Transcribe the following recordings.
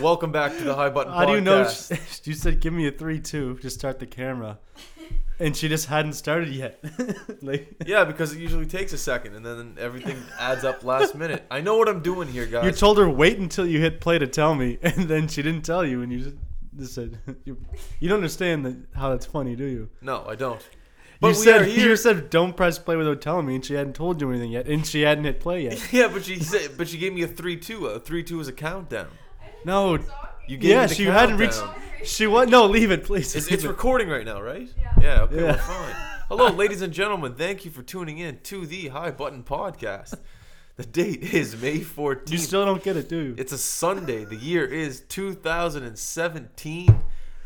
Welcome back to the High Button Podcast. How do you know? She, you said, "Give me a three-two to start the camera," and she just hadn't started yet. like yeah, because it usually takes a second, and then everything adds up last minute. I know what I'm doing here, guys. you told her, "Wait until you hit play to tell me," and then she didn't tell you, and you just, just said, "You you don't understand that, how that's funny, do you?" no, I don't. you But we said are here. you said don't press play without telling me, and she hadn't told you anything yet, and she hadn't hit play yet. yeah, but she said, but she gave me a three-two. A three-two is a countdown. No, You gave yeah, me the she hadn't reached. countdown. She what? No, leave it, please. It's, Leave it's it. recording right now, right? Yeah. Yeah. Okay. Yeah. Well, fine. Hello, ladies and gentlemen. Thank you for tuning in to the High Button Podcast. The date is May 14th. you still don't get it, do you? It's a Sunday. The year is 2017.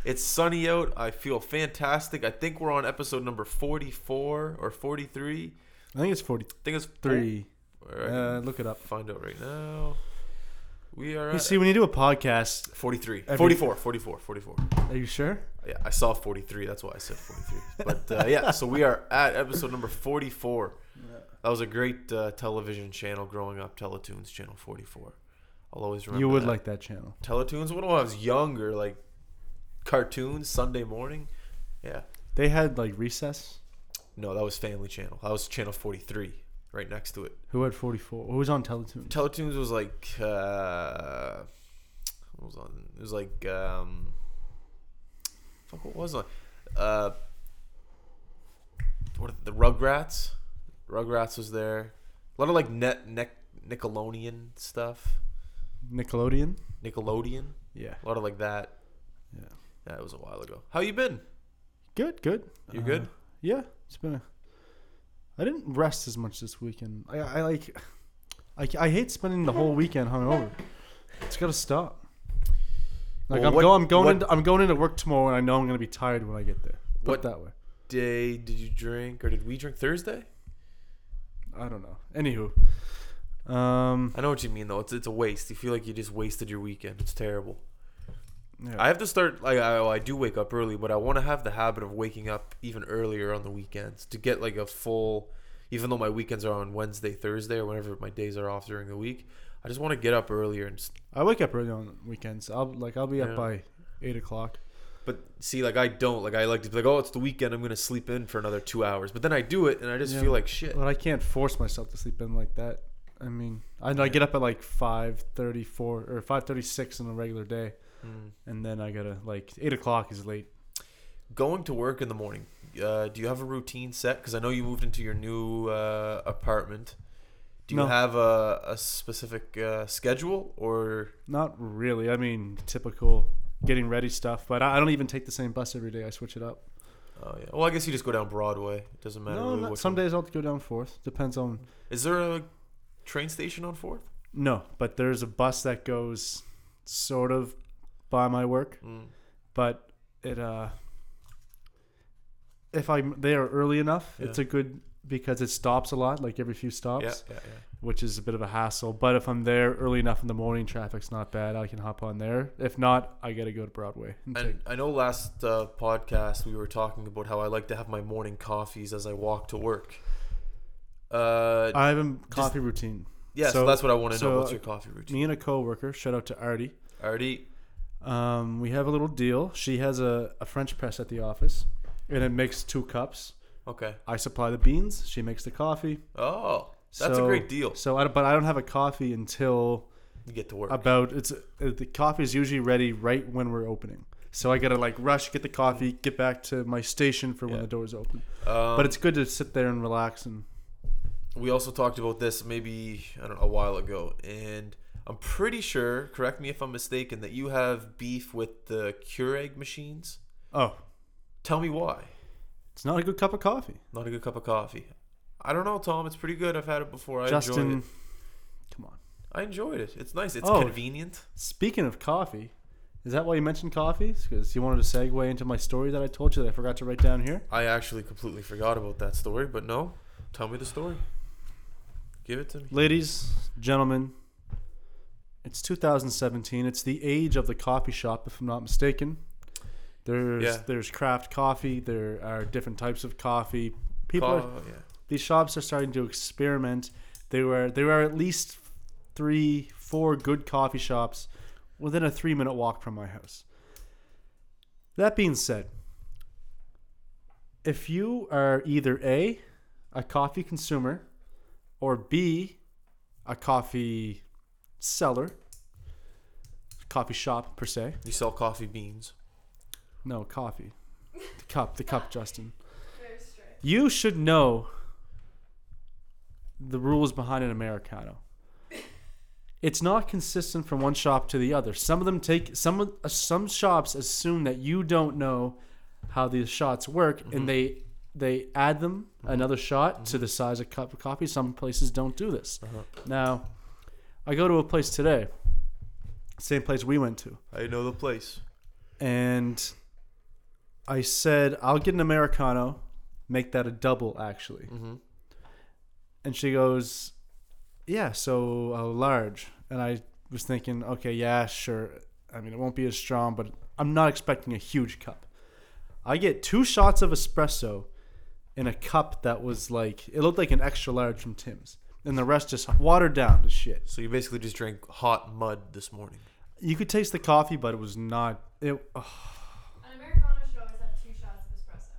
It's sunny out. I feel fantastic. I think we're on episode number 44 or 43. I think it's forty-three. I think it's All right. Uh, look it up. Find out right now. We are You at see, when you do a podcast, 43. every- 44. 44. 44. are you sure? Yeah, I saw 43. That's why I said 43. But uh, yeah, so we are at episode number 44. That was a great uh, television channel growing up, Teletoons Channel 44. I'll always remember You would that. like that channel. Teletoons when I was younger, like cartoons Sunday morning. Yeah, They had like recess. no, that was Family Channel. That was Channel 43, right next to it. Who had forty-four? Who was on Teletoon? Teletoons was like uh, what was on? It was like um, fuck, what was on? Uh, what are the Rugrats? Rugrats was there. A lot of like net neck Nickelodeon stuff. Nickelodeon. Nickelodeon, Yeah. a lot of like that. Yeah. That was a while ago. How you been? Good. Good. You Uh, good? Yeah. It's been. A, I didn't rest as much this weekend. I, I like. I, I hate spending the whole weekend hungover. It's gotta stop. Like Well, I'm, what- go, I'm going. what- into, I'm going into work tomorrow, and I know I'm gonna be tired when I get there. Put What- it that way. day did you drink or did we drink Thursday? I don't know. Anywho. Um. I know what you mean though. It's it's a waste. You feel like you just wasted your weekend. It's terrible. Yeah. I have to start like I, oh, I do wake up early, but I want to have the habit of waking up even earlier on the weekends to get like a full even though my weekends are on Wedday, Thursday or whenever my days are off during the week. I just want to get up earlier and s- I wake up early on weekends. I'll like I'll be up Yeah. by eight o'clock. but see like I don't like I like to be like oh it's the weekend I'm going to sleep in for another 2 hours. But then I do it and I just Yeah. feel like shit. But I can't force myself to sleep in like that. I mean, I, I get up at like five thirty four or five thirty six on a regular day, Mm. and then I gotta like eight o'clock is late. going to work in the morning uh, do you have a routine set because i know you moved into your new uh, apartment do you No. have a, a specific uh, schedule or Not really. I mean, typical getting ready stuff. But I, I don't even take the same bus every day. I switch it up. oh yeah well i guess you just go down broadway it doesn't matter No, really not, which some one. days I'll go down fourth. Depends on is there a train station on fourth no. But there's a bus that goes sort of by my work. mm. but it uh if i'm there early enough it's Yeah. a good because it stops a lot like every few stops yeah, yeah, yeah. which is a bit of a hassle but if i'm there early enough in the morning traffic's not bad i can hop on there if not i gotta go to broadway and And I know last uh, podcast we were talking about how I like to have my morning coffees as I walk to work. Uh, i have a coffee routine yeah, so, so- that's what I want to know. so, What's uh, your coffee routine? me and a coworker shout out to artie Already, um, we have a little deal she has a, a french press at the office and it makes two cups okay. i supply the beans she makes the coffee Oh, that's So- a great deal. so I, don't- but i don't have a coffee until You get to work. about it's uh, the coffee is usually ready right when we're opening so i gotta like rush get the coffee get back to my station for when Yeah. the doors open Um, but it's good to sit there and relax and we also talked about this maybe I don't know a while ago, and I'm pretty sure. Correct me if I'm mistaken. That you have beef with the Keurig machines. oh Tell me why. it's not a good cup of coffee Not a good cup of coffee. I don't know, Tom. It's pretty good. I've had it before. I enjoyed justin it. come on I enjoyed it. It's nice. It's Oh. convenient. speaking of coffee is that why you mentioned coffee because you wanted to segue into my story that i told you that i forgot to write down here I actually completely forgot about that story, but no. Tell me the story. Give it to me. ladies gentlemen it's 2017 it's the age of the coffee shop if i'm not mistaken there's Yeah. there's craft coffee there are different types of coffee people are, Oh, yeah. these shops are starting to experiment there were there are at least three four good coffee shops within a three minute walk from my house. That being said, if you are either A, a coffee consumer, or B, a coffee seller, coffee shop per se, You sell coffee beans. no, coffee. The cup, the cup, Justin. Very strict. You should know the rules behind an Americano. It's not consistent from one shop to the other. Some of them take some of- uh, some shops assume that you don't know how these shots work, and they they add them another shot to the size of cup of coffee. Some places don't do this. Uh-huh. Now, I go to a place today, same place we went to I know the place. and I said, "I'll get an americano, make that a double, actually." Mm-hmm. And she goes, "Yeah, so a large." And I was thinking, "Okay, yeah, sure. I mean, it won't be as strong, but I'm not expecting a huge cup." I get two shots of espresso in a cup that was like it looked like an extra large from Tim's, and the rest just watered down to shit. So you basically just drank hot mud this morning. You could taste the coffee, but it was not. It ugh. An Americano should always have two shots of espresso.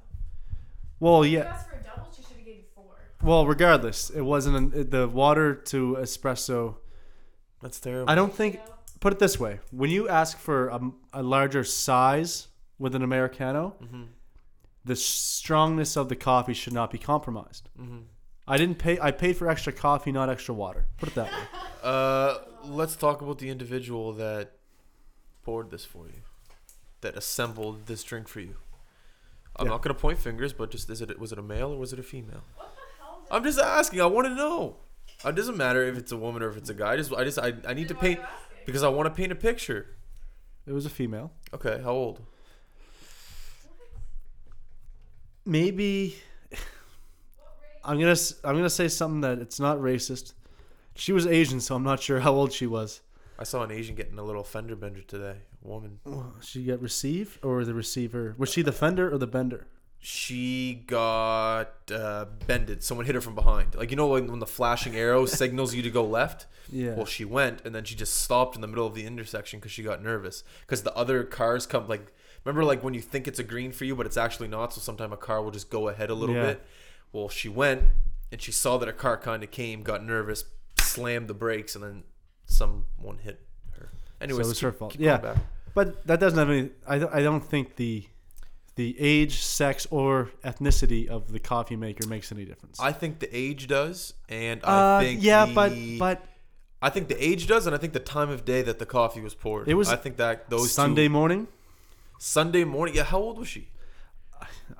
well, If yeah. You asked for a double, she should have gave you four. Well, regardless, it wasn't an, the water to espresso. That's terrible. I don't think. You know? Put it this way: when you ask for a, a larger size with an americano, the strongness of the coffee should not be compromised. I didn't pay. I paid for extra coffee, not extra water. Put it that way. Uh, let's talk about the individual that poured this for you, that assembled this drink for you. I'm Yeah. not gonna point fingers, but just is it was it a male or was it a female? What the hell did I'm just asking. I want to know. It doesn't matter if it's a woman or if it's a guy. I just I just I, I need to Then why are you paint asking? because I want to paint a picture. It was a female. Okay, how old? Maybe What rate? I'm gonna. s- I'm gonna say something that it's not racist. She was Asian, so I'm not sure how old she was. I saw an Asian getting a little fender bender today. Woman. She got received, or the receiver? Was she the fender or the bender? She got uh, bended. Someone hit her from behind. Like you know when, when the flashing arrow signals you to go left. Yeah. Well, she went and then she just stopped in the middle of the intersection because she got nervous because the other cars come like remember like when you think it's a green for you but it's actually not. So sometimes a car will just go ahead a little Yeah. bit. Well, she went and she saw that a car kind of came, got nervous, slammed the brakes, and then someone hit her. Anyways, was her fault. going Yeah. back. But that doesn't have any. I don't, I don't think the the age, sex, or ethnicity of the coffee maker makes any difference. I think the age does, and I Uh, think yeah, the- but but I think the age does, and I think the time of day that the coffee was poured. It was I think that those Sunday two, morning, Sunday morning. Yeah, how old was she?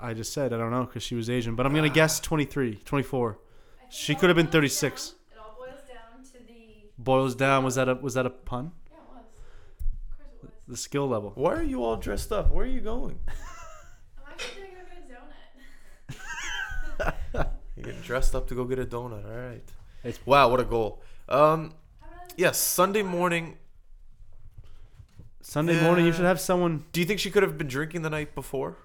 I just said I don't know because she was Asian, but I'm gonna Ah. guess 23, 24. I think She it all could have been boils 36. down- It all boils down to the. Boils down. Was that a was that a pun? Yeah, it was. Of course it was. The skill level. Why are you all dressed up? Where are you going? I'm actually gonna go get a donut. You're getting dressed up to go get a donut. All right. It's- wow, what a goal. Um, How about yes, Sunday morning. Sunday morning, you Yeah. should have someone. Do you think she could have been drinking the night before?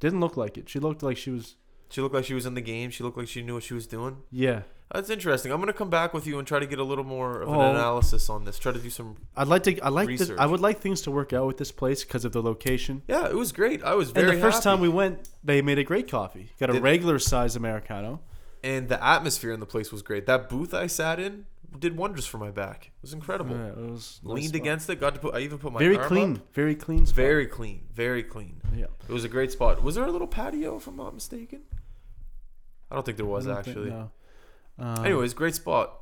Didn't look like it. She looked like she was. She looked like she was in the game. She looked like she knew what she was doing. Yeah. That's interesting. I'm gonna come back with you and try to get a little more of an Oh. analysis on this. Try to do some. I'd like to. I like. The, Research. I would like things to work out with this place because of the location. Yeah, it was great. I was very. And the first happy. time we went, they made a great coffee. Got a Did- regular size americano. and the atmosphere in the place was great. That booth I sat in did wonders for my back. It was incredible. Yeah, it was nice Leaned spot. against it, got to put. I even put my Very arm clean, up. very clean. spot. Very clean, very clean. Yeah. It was a great spot. Was there a little patio, if I'm not mistaken? I don't think there was I don't think- actually. no. Um, Anyways, great spot.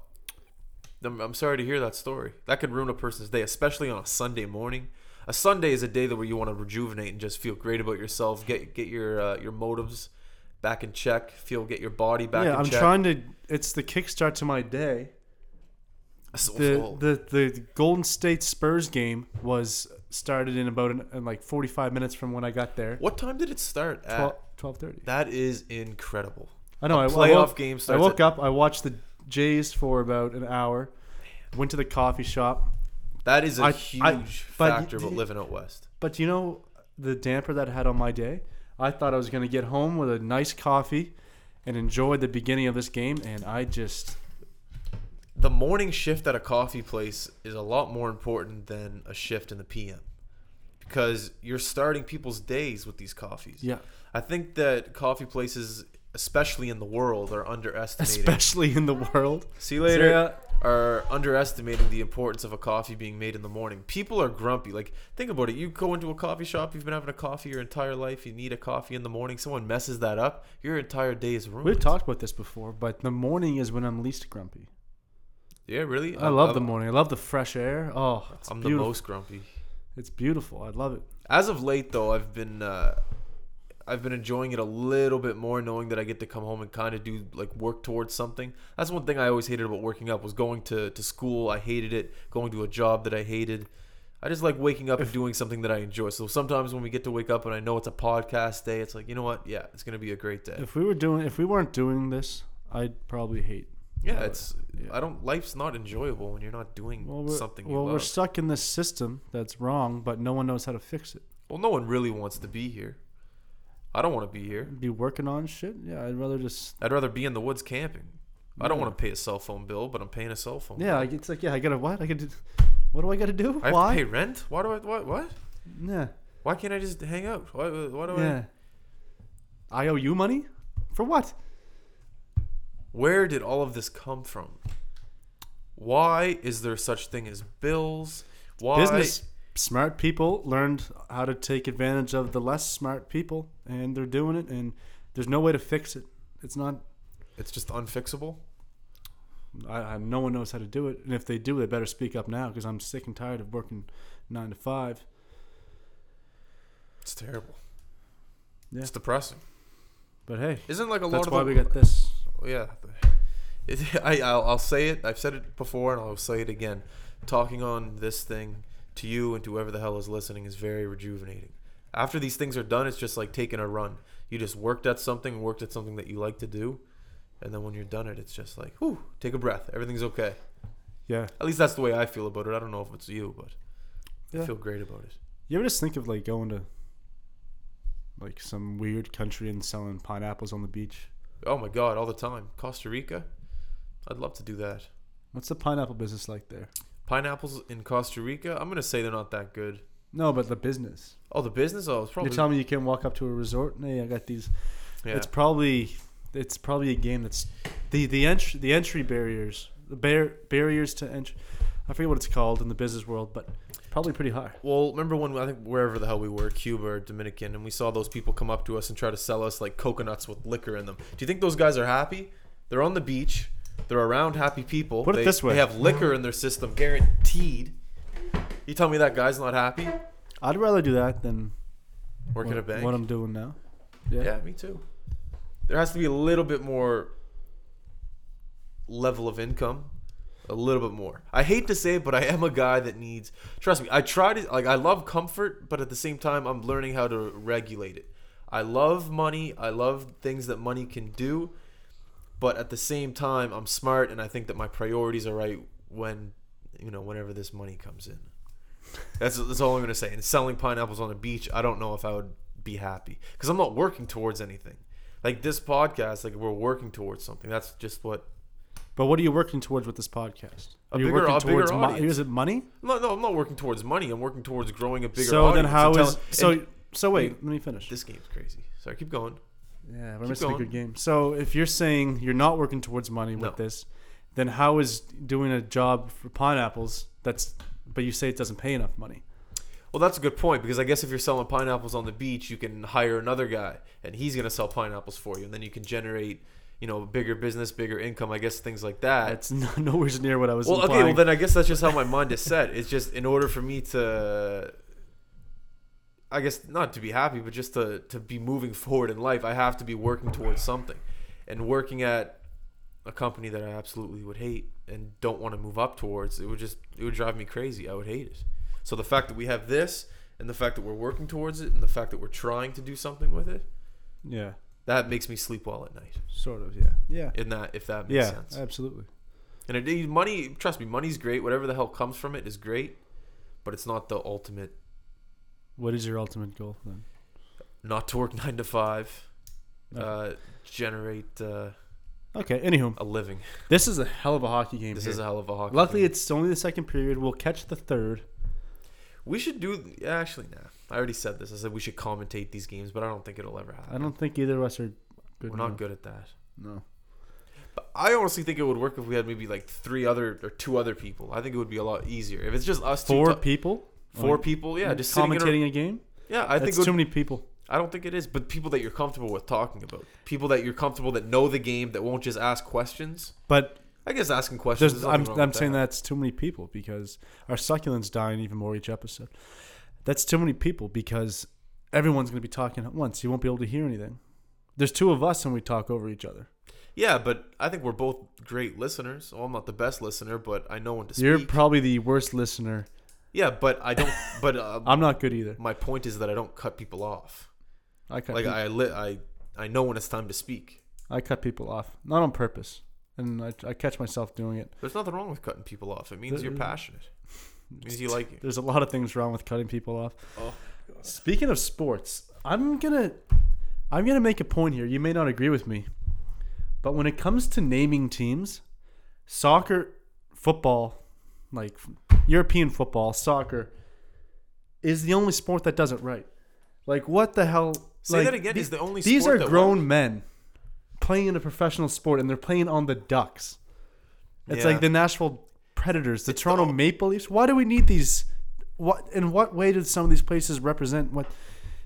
I'm, I'm sorry to hear that story. That could ruin a person's day, especially on a Sunday morning. A Sunday is a day that where you want to rejuvenate and just feel great about yourself. Get get your uh, your motives back in check. Feel get your body back. yeah, in I'm check. trying to. It's the kickstart to my day. So- The, so- the the Golden State Spurs game was started in about an, in like 45 minutes from when I got there. What time did it start at? 12, 12:30. That is incredible. I know. I, I Playoff woke, game I starts. woke at, up. I watched the Jays for about an hour. Went to the coffee shop. That is a I- I- huge but you- factor about you- living out west. But do you know the damper that I had on my day? I thought I was going to get home with a nice coffee and enjoy the beginning of this game, and I just the morning shift at a coffee place is a lot more important than a shift in the PM because you're starting people's days with these coffees. Yeah. I think that coffee places, especially in the world, are underestimating. Especially in the world. See you later. Yeah. Are underestimating the importance of a coffee being made in the morning. People are grumpy. Like, think about it. You go into a coffee shop, you've been having a coffee your entire life, you need a coffee in the morning, someone messes that up, your entire day is ruined. We've talked about this before, but the morning is when I'm least grumpy. Yeah, really? I love the morning. I love the fresh air. Oh, it's I'm the beautiful. most grumpy. It's beautiful. I love it. As of late, though, I've been uh, I've been enjoying it a little bit more, knowing that I get to come home and kind of do like work towards something. That's one thing I always hated about working up was going to to school. I hated it. Going to a job that I hated. I just like waking up and doing something that I enjoy. So sometimes when we get to wake up and I know it's a podcast day, it's like you know what? Yeah, it's gonna be a great day. If we were doing, if we weren't doing this, I'd probably hate. Yeah, it's uh, Yeah. I don't. Life's not enjoyable when you're not doing Well, we're, something. you well, we're love. stuck in this system that's wrong, but no one knows how to fix it. well, no one really wants to be here. I don't want to be here. Be working on shit. Yeah, I'd rather just. I'd rather be in the woods camping. I don't Yeah. want to pay a cell phone bill, but I'm paying a cell phone. Yeah, I- it's like yeah, I gotta what? I gotta. What do I gotta do? bill. I Why? have to pay rent. Why do I? What? What? Yeah, Why can't I just hang out? Why? Why do I? yeah. I owe you money, for what? Where did all of this come from? Why is there such thing as bills? Why? Business smart people learned how to take advantage of the less smart people, and they're doing it. And there's no way to fix it. It's not. It's just unfixable. I, I, no one knows how to do it, and if they do, they better speak up now because I'm sick and tired of working nine to five. It's terrible. Yeah. It's depressing. But hey, Isn't like a lot that's of why the- we got this. yeah. It, I I'll, I'll say it. I've said it before, and I'll say it again. Talking on this thing to you and to whoever the hell is listening is very rejuvenating. After these things are done, it's just like taking a run. You just worked at something, worked at something that you like to do, and then when you're done it, it's just like, whew, take a breath. Everything's okay. Yeah. At least that's the way I feel about it. I don't know if it's you, but I Yeah. feel great about it. You ever just think of like going to like some weird country and selling pineapples on the beach? Oh my god, all the time. Costa Rica, I'd love to do that. What's the pineapple business like there? Pineapples in Costa Rica, I'm gonna say they're not that good. No, but the business. Oh, the business. Oh, it's probably You're telling me you can walk up to a resort? and, Hey, I got these. yeah. It's probably it's probably a game that's the the entry the entry barriers the bar- barriers to entry. I forget what it's called in the business world, but probably pretty high. Well, remember when I think wherever the hell we were, Cuba or Dominican, and we saw those people come up to us and try to sell us like coconuts with liquor in them. Do you think those guys are happy? They're on the beach. They're around happy people. Put it they, this way. they have liquor in their system, guaranteed. You tell me that guy's not happy? I'd rather do that than Work what, at a bank. what I'm doing now. yeah, me too. There has to be a little bit more level of income. A little bit more. I hate to say it, but I am a guy that needs. Trust me, I try to like. I love comfort, but at the same time, I'm learning how to regulate it. I love money. I love things that money can do, but at the same time, I'm smart, and I think that my priorities are right when you know whenever this money comes in. That's that's all I'm gonna say. And selling pineapples on the beach, I don't know if I would be happy because I'm not working towards anything. Like this podcast, like we're working towards something. That's just what. But what are you working towards with this podcast? A Are you bigger- working a bigger towards mo- audience. is it money? No, no, I'm not working towards money. I'm working towards growing a bigger. so then audience how and tell- is so and so wait let me finish this game's crazy? Sorry, keep going. yeah we're keep missing going. a good game so if you're saying you're not working towards money No. with this then how is doing a job for pineapples that's but you say it doesn't pay enough money Well, that's a good point because I guess if you're selling pineapples on the beach, you can hire another guy and he's gonna sell pineapples for you, and then you can generate, you know, bigger business, bigger income. I guess things like that. that's no, nowhere near what I was Well, okay. implying. Well, then I guess that's just how my mind is set. It's just in order for me to, I guess not to be happy, but just to to be moving forward in life, I have to be working towards something, and working at a company that I absolutely would hate and don't want to move up towards, it would just it would drive me crazy. I would hate it. So the fact that we have this, and the fact that we're working towards it, and the fact that we're trying to do something with it, yeah that makes me sleep well at night. sort of yeah yeah In that, if that makes yeah sense. absolutely And it, it- money, trust me, money's great. Whatever the hell comes from it is great, but it's not the ultimate. what is your ultimate goal then Not to work nine to five, Okay. uh, generate uh, Okay. Anywho, A living. this is a hell of a hockey game. This here. is a hell of a hockey. Mhm. Luckily, game. it's only the second period. We'll catch the third. we should do. yeah, Actually, nah. I already said this. I said we should commentate these games, but I don't think it'll ever happen. I don't think either of us are good. We're not enough. good at that. No. But I honestly think it would work if we had maybe like three other or two other people. I think it would be a lot easier if it's just us two Four ta- people. four Like, people. Yeah, just sitting in a- commentating a, game. yeah, I think That's it would, too many people. I don't think it is, but people that you're comfortable with talking about, people that you're comfortable that know the game that won't just ask questions. But I guess asking questions. there's, there's nothing I'm, wrong I'm with saying that's too many people because our succulents dying even more each episode. That's too many people because everyone's going to be talking at once. You won't be able to hear anything. There's two of us and we talk over each other. Yeah, but I think we're both great listeners. Well, I'm not the best listener, but I know when to speak. You're probably the worst listener. yeah, but I don't. But uh, I'm not good either. my point is that I don't cut people off. I cut Like peop- I li- I I know when it's time to speak. I cut people off, not on purpose, and I, I catch myself doing it. There's nothing wrong with cutting people off. It means you're There- passionate. It means you like it. There's a lot of things wrong with cutting people off. Oh. Speaking of sports, I'm gonna I'm gonna make a point here. You may not agree with me, but when it comes to naming teams, soccer, football, like European football, soccer is the only sport that does it right. Like what the hell? Say like, that again. the- is the only these sport are that grown works. men playing in a professional sport, and they're playing on the Ducks. It's Yeah. like the Nashville Predators, the It's Toronto the- Maple Leafs. Why do we need these? What in what way do some of these places represent what?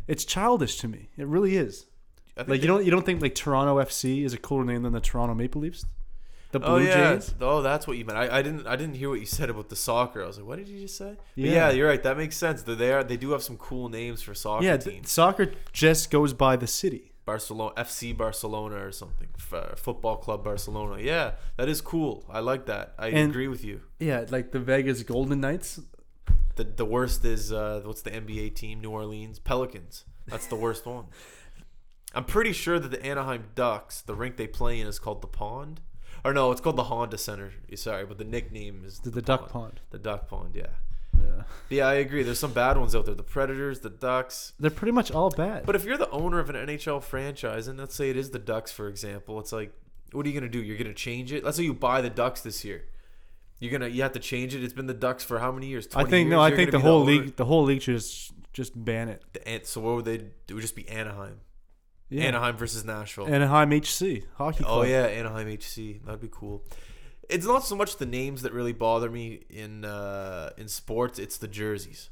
It's childish to me. It really is. I think Like they- you don't you don't think like Toronto FC is a cooler name than the Toronto Maple Leafs, the Blue oh yeah. Jays. Oh, that's what you meant. I, I didn't. I didn't hear what you said about the soccer. I was like, what did you just say? But Yeah. yeah, you're right. That makes sense. That They are. They do have some cool names for soccer Yeah, th- teams. soccer just goes by the city. Barcelona, FC Barcelona, or something. F- uh, Football Club Barcelona. Yeah, that is cool. I like that. I And- agree with you. Yeah, like the Vegas Golden Knights. The the worst is uh, what's the NBA team? New Orleans Pelicans. That's the worst one. I'm pretty sure that the Anaheim Ducks, the rink they play in, is called the Pond. Or no, it's called the Honda Center. Sorry, but the nickname is The, the Duck Pond. The Duck Pond. Yeah. Yeah. But yeah, I agree. There's some bad ones out there. The Predators, the Ducks. They're pretty much all bad. But if you're the owner of an NHL franchise, and let's say it is the Ducks, for example, it's like, what are you gonna do? You're gonna change it? Let's say you buy the Ducks this year. You're gonna you have to change it. It's been the Ducks for how many years? I 20 think no, years? I You're think the gonna be whole owner- league the whole league should just just ban it. The Ant- so what would they do? It would just be Anaheim. Yeah. Anaheim versus Nashville. Anaheim HC hockey club. Oh yeah, Anaheim HC. That'd be cool. It's not so much the names that really bother me in uh, in sports. It's the jerseys.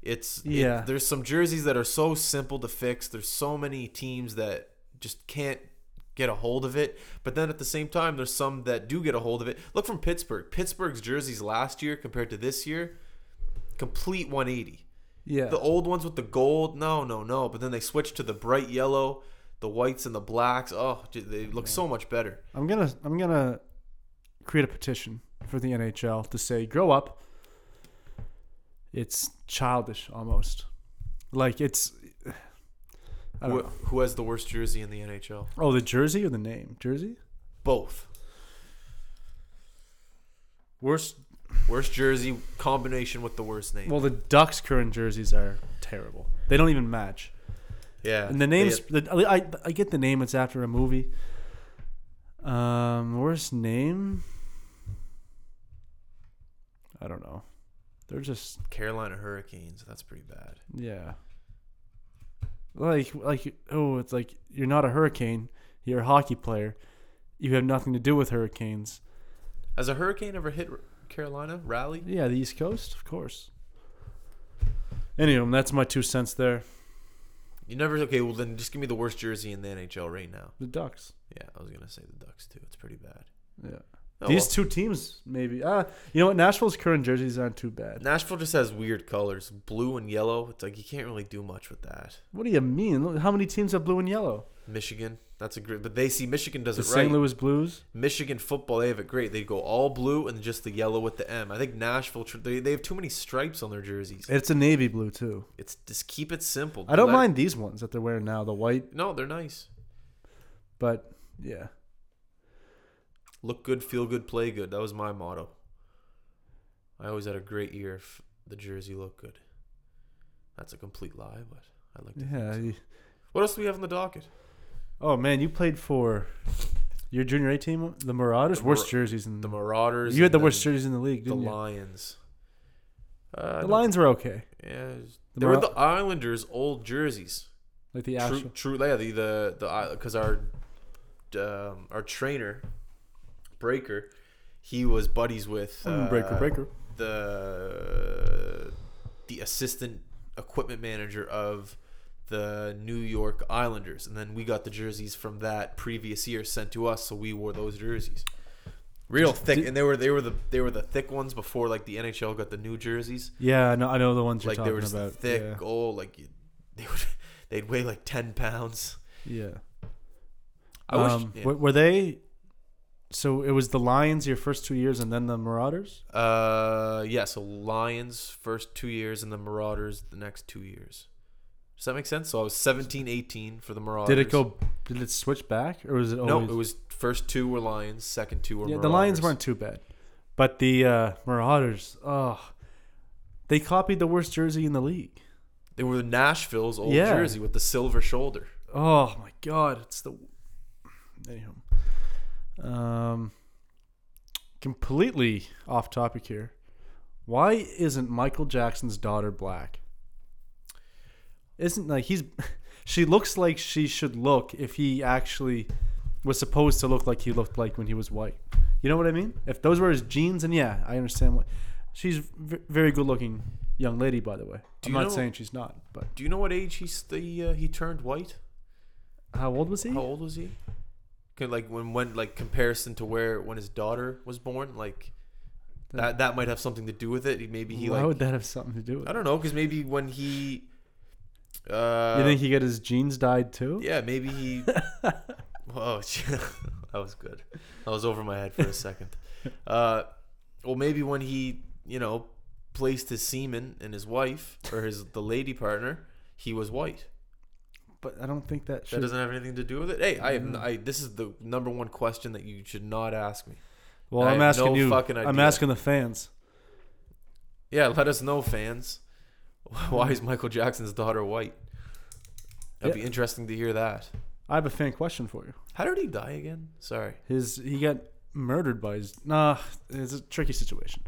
It's it- Yeah. there's some jerseys that are so simple to fix. There's so many teams that just can't get a hold of it. But then at the same time, there's some that do get a hold of it. Look from Pittsburgh. Pittsburgh's jerseys last year compared to this year, complete 180. Yeah. The old ones with the gold, no, no, no. But then they switched to the bright yellow, the whites and the blacks. Oh, j- they look so much better. I'm gonna I'm gonna create a petition for the NHL to say grow up. It's childish almost. Like it's I don't Who, know. who has the worst jersey in the NHL? Oh, the jersey or the name? Jersey? Both. Worst Worst jersey combination with the worst name. well the Ducks current jerseys are terrible. They don't even match. yeah. And the names, the, I I get the name. It's after a movie. Um, worst name. I don't know. They're just Carolina Hurricanes. That's pretty bad. yeah. Like like oh, it's like you're not a hurricane. You're a hockey player. You have nothing to do with hurricanes. Has a hurricane ever hit R- Carolina? Raleigh? Yeah, the East Coast, of course. Anyway, that's my two cents there. You never. Okay, well, then just give me the worst jersey in the NHL right now. The Ducks. Yeah, I was going to say the Ducks, too. It's pretty bad. Yeah. Oh, These well. two teams, maybe. Ah, you know what? Nashville's current jerseys aren't too bad. Nashville just has weird colors blue and yellow. It's like you can't really do much with that. What do you mean? Look, How many teams have blue and yellow? Michigan. That's a great, but they see Michigan does The it right. St. Louis Blues. Michigan football, they have it great. They go all blue and just the yellow with the M. I think Nashville, tr- they, they have too many stripes on their jerseys. It's a navy blue too. It's just keep it simple. I don't Let- mind these ones that they're wearing now, the white, No, they're nice. but yeah, Look good, feel good, play good. That was my motto. I always had a great year if the jersey looked good. That's a complete lie, but I like to. yeah. you- What else do we have on the docket? Oh man, you played for Your junior A team, the Marauders, The worst Mar- jerseys in The Marauders. You had the and worst then jerseys in the league, The didn't you? Lions. Uh, The no, Lions were okay, Yeah, it was- The they were Mar- the Islanders' old jerseys. like the actual. True, true. Yeah, the the the because our um, our trainer Breaker, he was buddies with uh, Mm, breaker, breaker. the the assistant equipment manager of the New York Islanders, and then we got the jerseys from that previous year sent to us, so we wore those jerseys. Real thick, and they were they were the they were the thick ones before like the NHL got the new jerseys. Yeah, I know, I know the ones you're Like they talking were just about. thick, old, like you, they would they'd weigh like ten pounds. Yeah. yeah. I wish- um, yeah. w- were they? So it was the Lions your first two years, and then the Marauders. Uh, yeah. So Lions first two years, and the Marauders the next two years. Does that make sense? So I was 17, 18 for the Marauders. Did it go? Did it switch back, or was it No, always? it was first two were Lions, second two were. Yeah, the Lions Marauders. weren't too bad, but the uh, Marauders, oh, they copied the worst jersey in the league. They were Nashville's old Yeah. jersey with the silver shoulder. Oh my God, it's the anyhow. Um, completely off topic here. Why isn't Michael Jackson's daughter black? Isn't like he's she looks like she should look if he actually was supposed to look like he looked like when he was white. You know what I mean? If those were his jeans, and yeah, I understand what she's v- very good looking young lady, by the way. Do you I'm not know- saying she's not, but Do you know what age he the uh, he turned white? how old was he? How old was he? Could, like when when like comparison to where when his daughter was born, like that that might have something to do with it. Maybe he Why like would that have something to do with? I it? don't know because maybe when he. Uh, you think he got his jeans dyed too? Yeah, maybe he. oh, shit. that was good. I was over my head for a second. Uh, well, maybe when he, you know, placed his semen in his wife or his the lady partner, he was white. But I don't think that That should. doesn't have anything to do with it. Hey, I have. I this is the number one question that you should not ask me. well, I I'm have asking no you. fucking I'm idea. asking the fans. Yeah, let us know, fans. Why is Michael Jackson's daughter white? That'd be interesting to hear that. I have a fan question for you. How did he die again? Sorry. His he got murdered by his. Nah, it's a tricky situation.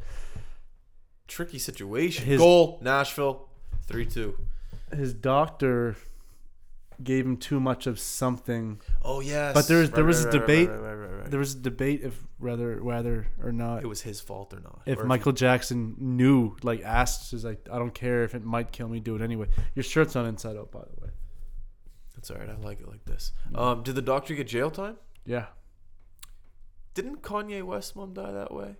tricky situation. His- Goal, Nashville, three two. His doctor gave him too much of something. Oh yes, But there was- there was a debate- right, right, right, right. There was a debate if whether whether or not It was his fault or not. if Or Michael Jackson knew like asked is like I don't care if it might kill me, do it anyway. Your shirt's on inside out, by the way. he- That's alright. I like it like this. Um, did the doctor get jail time? Yeah. Didn't Kanye West mom die that way?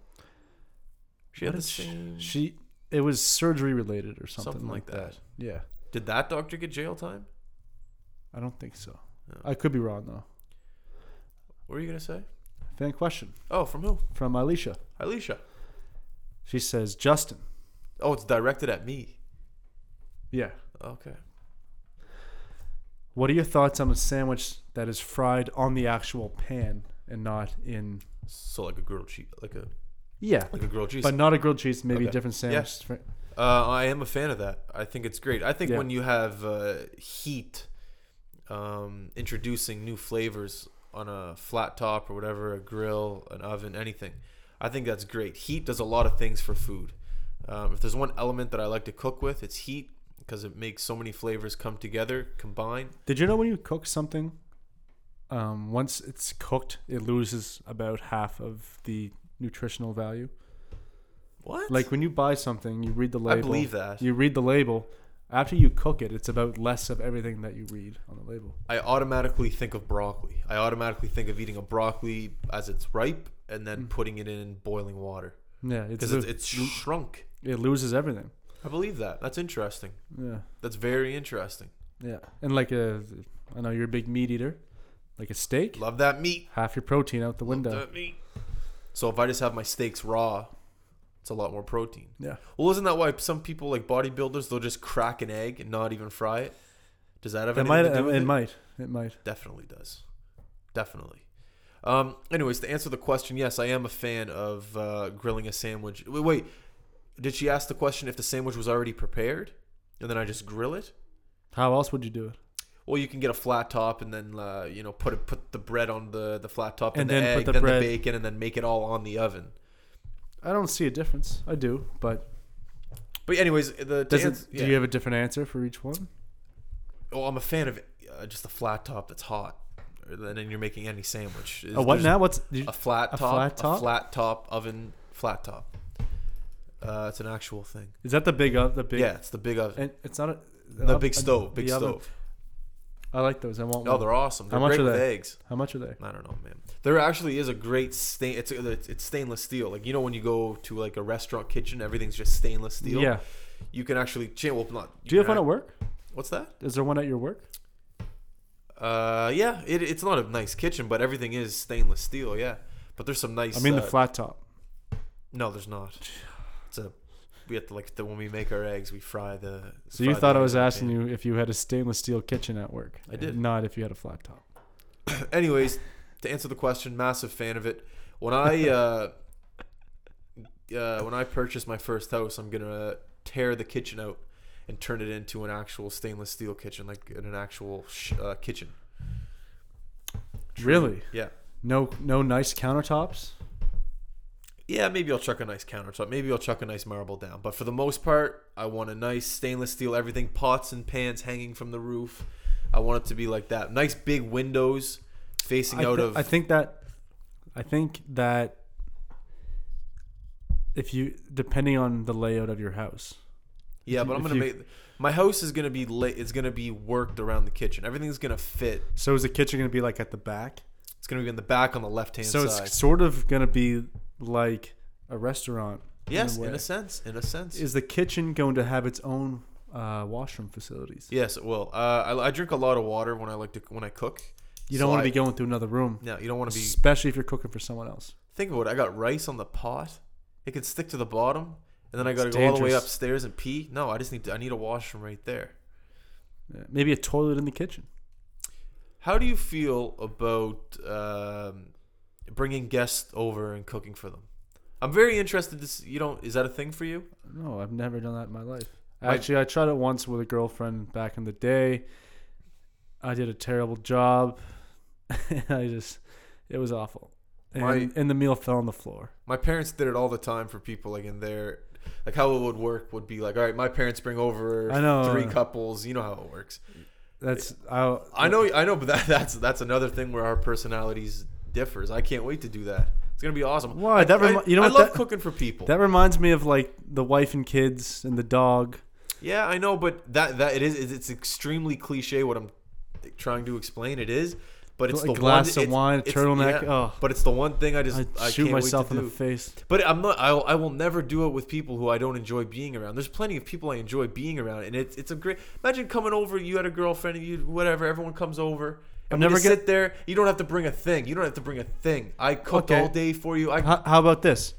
She had What the is sh- same. She it was surgery related or something, something, like that. that. Yeah. Did that doctor get jail time? I don't think so. No. I could be wrong though. What were you gonna say? Fan question Oh, from who? from Alicia. Alicia. She says, Justin. Oh, it's directed at me. Yeah. Okay. What are your thoughts on a sandwich that is fried on the actual pan and not in? So like a grilled cheese, like a Yeah, like a grilled cheese. but not a grilled cheese. Maybe Okay. a different sandwich. Fr- Uh, I am a fan of that. I think it's great. I think Yeah. when you have uh, heat um, introducing new flavors on a flat top or whatever, a grill, an oven, anything, I think that's great. Heat does a lot of things for food. Um, if there's one element that I like to cook with, it's heat because it makes so many flavors come together, combine. Did you know when you cook something, um, once it's cooked, it loses about half of the nutritional value. What? Like when you buy something, you read the label. I believe that. You read the label. After you cook it, it's about less of everything that you read on the label. I automatically think of broccoli. I automatically think of eating a broccoli as it's ripe and Mm. then putting it in boiling water Yeah, it's, because lo- it's, it's shrunk. it loses everything. I believe that. That's interesting. Yeah. That's very interesting. Yeah, and like a, I know you're a big meat eater, like a steak, Love that meat. half your protein out the window. That meat. So if I just have my steaks raw, it's a lot more protein. Yeah, Well, isn't that why some people like bodybuilders they'll just crack an egg and not even fry it? Does that have it anything might, to do it, with it? might, it might. Definitely does. Definitely. Um, anyways, to answer the question, yes, I am a fan of uh, grilling a sandwich. Wait, wait, did she ask the question if the sandwich was already prepared, and then I just grill it? How else would you do it? well, you can get a flat top and then uh, you know put it, put the bread on the the flat top and, And the then put egg, the then bread- the bacon, and then make it all on the oven. I don't see a difference. I do, but But anyways, the to does it? ans- yeah. Do you have a different answer for each one? Oh, I'm a fan of uh, just a flat top that's hot, or then then you're making any sandwich. A Oh, what There's Uh, now? What's do you- A flat A top. flat top? A flat top oven flat top. Uh, it's an actual thing. is that? The big of the big. yeah, it's the big oven. And it's not a, The big stove, big the oven- stove. I like those. I want one. Oh, they're awesome. They're How much great are with they? eggs. How much are they? I don't know, man. There actually is a great stain. It's it's stainless steel. Like you know when you go to like a restaurant kitchen, everything's just stainless steel. Yeah. You can actually change. Well, not. Do you have can one at act- work? What's that? Is there one at your work? Uh, yeah. It, it's not a nice kitchen, but everything is stainless steel. Yeah. But there's some nice. I mean, the uh, flat top. No, there's not. It's a. We have to like the when we make our eggs, we fry the. So you thought I was asking you if you had a stainless steel kitchen at work? I did. Not if you had a flat top. Anyways, to answer the question, massive fan of it. When I uh, uh, when I purchase my first house, I'm gonna tear the kitchen out and turn it into an actual stainless steel kitchen, like in an actual sh- uh, kitchen. Really? Yeah. No, no nice countertops. Yeah, maybe I'll chuck a nice countertop. Maybe I'll chuck a nice marble down. But for the most part, I want a nice stainless steel everything, pots and pans hanging from the roof. I want it to be like that. Nice big windows facing I, out thi- of. I think that, I think that, if you depending on the layout of your house, yeah, if but you- I'm if gonna you- make my house is gonna be lit. It's gonna be worked around the kitchen. Everything's gonna fit. so is the kitchen going to be like at the back? It's gonna be in the back on the left hand so side. it's sort of going to be like a restaurant. in a yes, in way. a sense, in a sense. is the kitchen going to have its own uh, washroom facilities? yes, it will. Uh, I, I drink a lot of water when I like to when I cook. You So don't want I- to be going through another room, No, you don't want to be especially if you're cooking for someone else. Think about it. I got rice on the pot. It could stick to the bottom, and then I It's got to go all the way dangerous. upstairs and pee. No, I just need to. I need a washroom right there. Yeah, Maybe a toilet in the kitchen. How do you feel about um, bringing guests over and cooking for them? I'm very interested. To see, you don't. Is that a thing for you? No, I've never done that in my life. I- Actually, I tried it once with a girlfriend back in the day. I did a terrible job. I just, it was awful. And, My- and the meal fell on the floor. My parents did it all the time for people like in their like how it would work would be like all right my parents bring over I know. three couples you know how it works That's I. I know, I know, but that, that's that's another thing where our personalities differs. I can't wait to do that. It's gonna be awesome. Why? That I- remi- you know I what, love that- cooking for people. That reminds me of like the wife and kids and the dog. yeah, I know, but that that it is it's- it's extremely cliche what I'm trying to explain. It is, but it's A the glass one, of wine, a it's, turtleneck, oh. but it's the one thing I just I I shoot can't wait myself in to do. the face. But I'm not. I I will never do it with people who I don't enjoy being around. There's plenty of people I enjoy being around, and it's it's a great. Imagine coming over. You had a girlfriend, and you whatever. Everyone comes over. And never never get- sit there. You don't have to bring a thing. You don't have to bring a thing. I cooked Okay. all day for you. I How, how about this?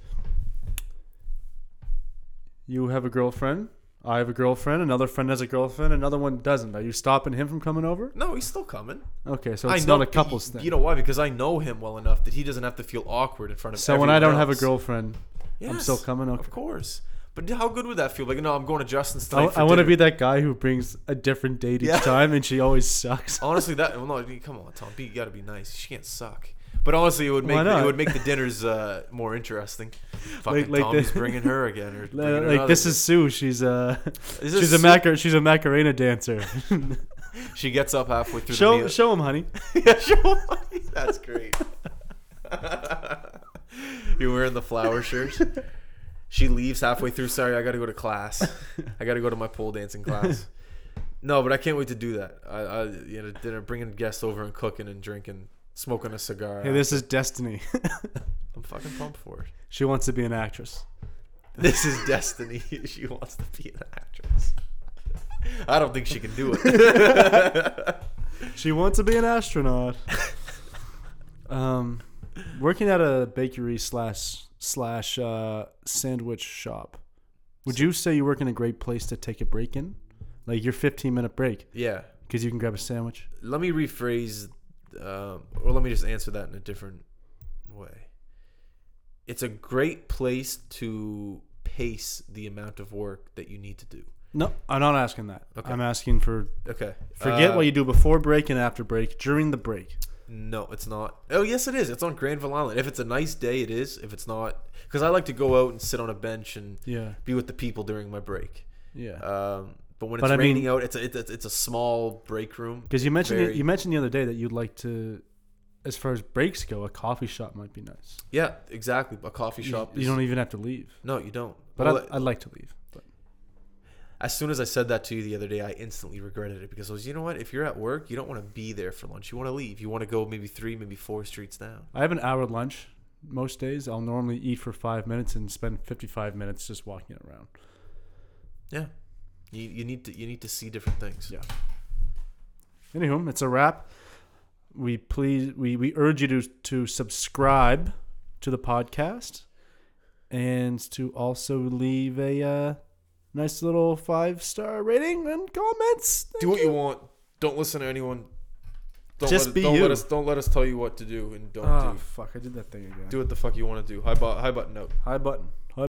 You have a girlfriend. I have a girlfriend. Another friend has a girlfriend. Another one doesn't. Are you stopping him from coming over? no, he's still coming. Okay, so I it's know- not a couples you, thing. You know why? Because I know him well enough that he doesn't have to feel awkward in front of. so when I don't everyone have a else. girlfriend, I'm still Yes, coming. Okay. Of course. But how good would that feel? Like no, I'm going to Justin's I, tonight. for want to dinner. be that guy who brings a different date each Yeah. time, and she always sucks. Honestly, that well, no, I mean, come on, Tom. B, you got to be nice. She can't suck. But honestly, it would Why make the, not? it would make the dinners uh, more interesting. Fucking like Tommy's the- bringing her again. Or bringing Like, another- this is Sue. She's a Is this she's a Sue? macar- she's a Macarena dancer. She gets up halfway through the show meal. show him, honey. Yeah, show That's great. You're wearing the flower shirt. She leaves halfway through. Sorry, I got to go to class. I got to go to my pole dancing class. No, but I can't wait to do that. I, I you know, dinner, bringing guests over and cooking and drinking, smoking a cigar. Hey, this is Destiny. I'm fucking pumped for it. she wants to be an actress. This is destiny. she wants to be an actress. I don't think she can do it. She wants to be an astronaut. um, working at a bakery slash slash uh, sandwich shop. Would you say you work in a great place to take a break in, like your 15 minute break, yeah. because you can grab a sandwich? Let me rephrase, um, or let me just answer that in a different way. It's a great place to pace the amount of work that you need to do. No, I'm not asking that. Okay. I'm asking for Okay. forget uh, what you do before break and after break, during the break. No, it's not. Oh, yes, it is. It's on Granville Island. If it's a nice day, it is. If it's not, because I like to go out and sit on a bench and Yeah. be with the people during my break. Yeah. Um, but when it's But I mean- raining out, it's a, it's a it's a small break room. Because you mentioned very- you mentioned the other day that you'd like to, as far as breaks go, a coffee shop might be nice. Yeah, exactly. A coffee You- shop. You, is, don't even have to leave. No, you don't. But Well, I'd, I'd like to leave. But as soon as I said that to you the other day, I instantly regretted it because I was, you know what? If you're at work, you don't want to be there for lunch. You want to leave. You want to go maybe three, maybe four streets down. I have an hour lunch most days. I'll normally eat for five minutes and spend fifty-five minutes just walking around. Yeah, you, you need to you need to see different things. Yeah. Anywho, it's a wrap. We please we, we urge you to to subscribe to the podcast and to also leave a uh, nice little five star rating and comments. Do what you want. Don't listen to anyone. Don't Just let, be don't you. Let us, don't let us tell you what to do and don't Ah, do. fuck! I did that thing again. Do what the fuck you want to do. High, bu- high button out. High button.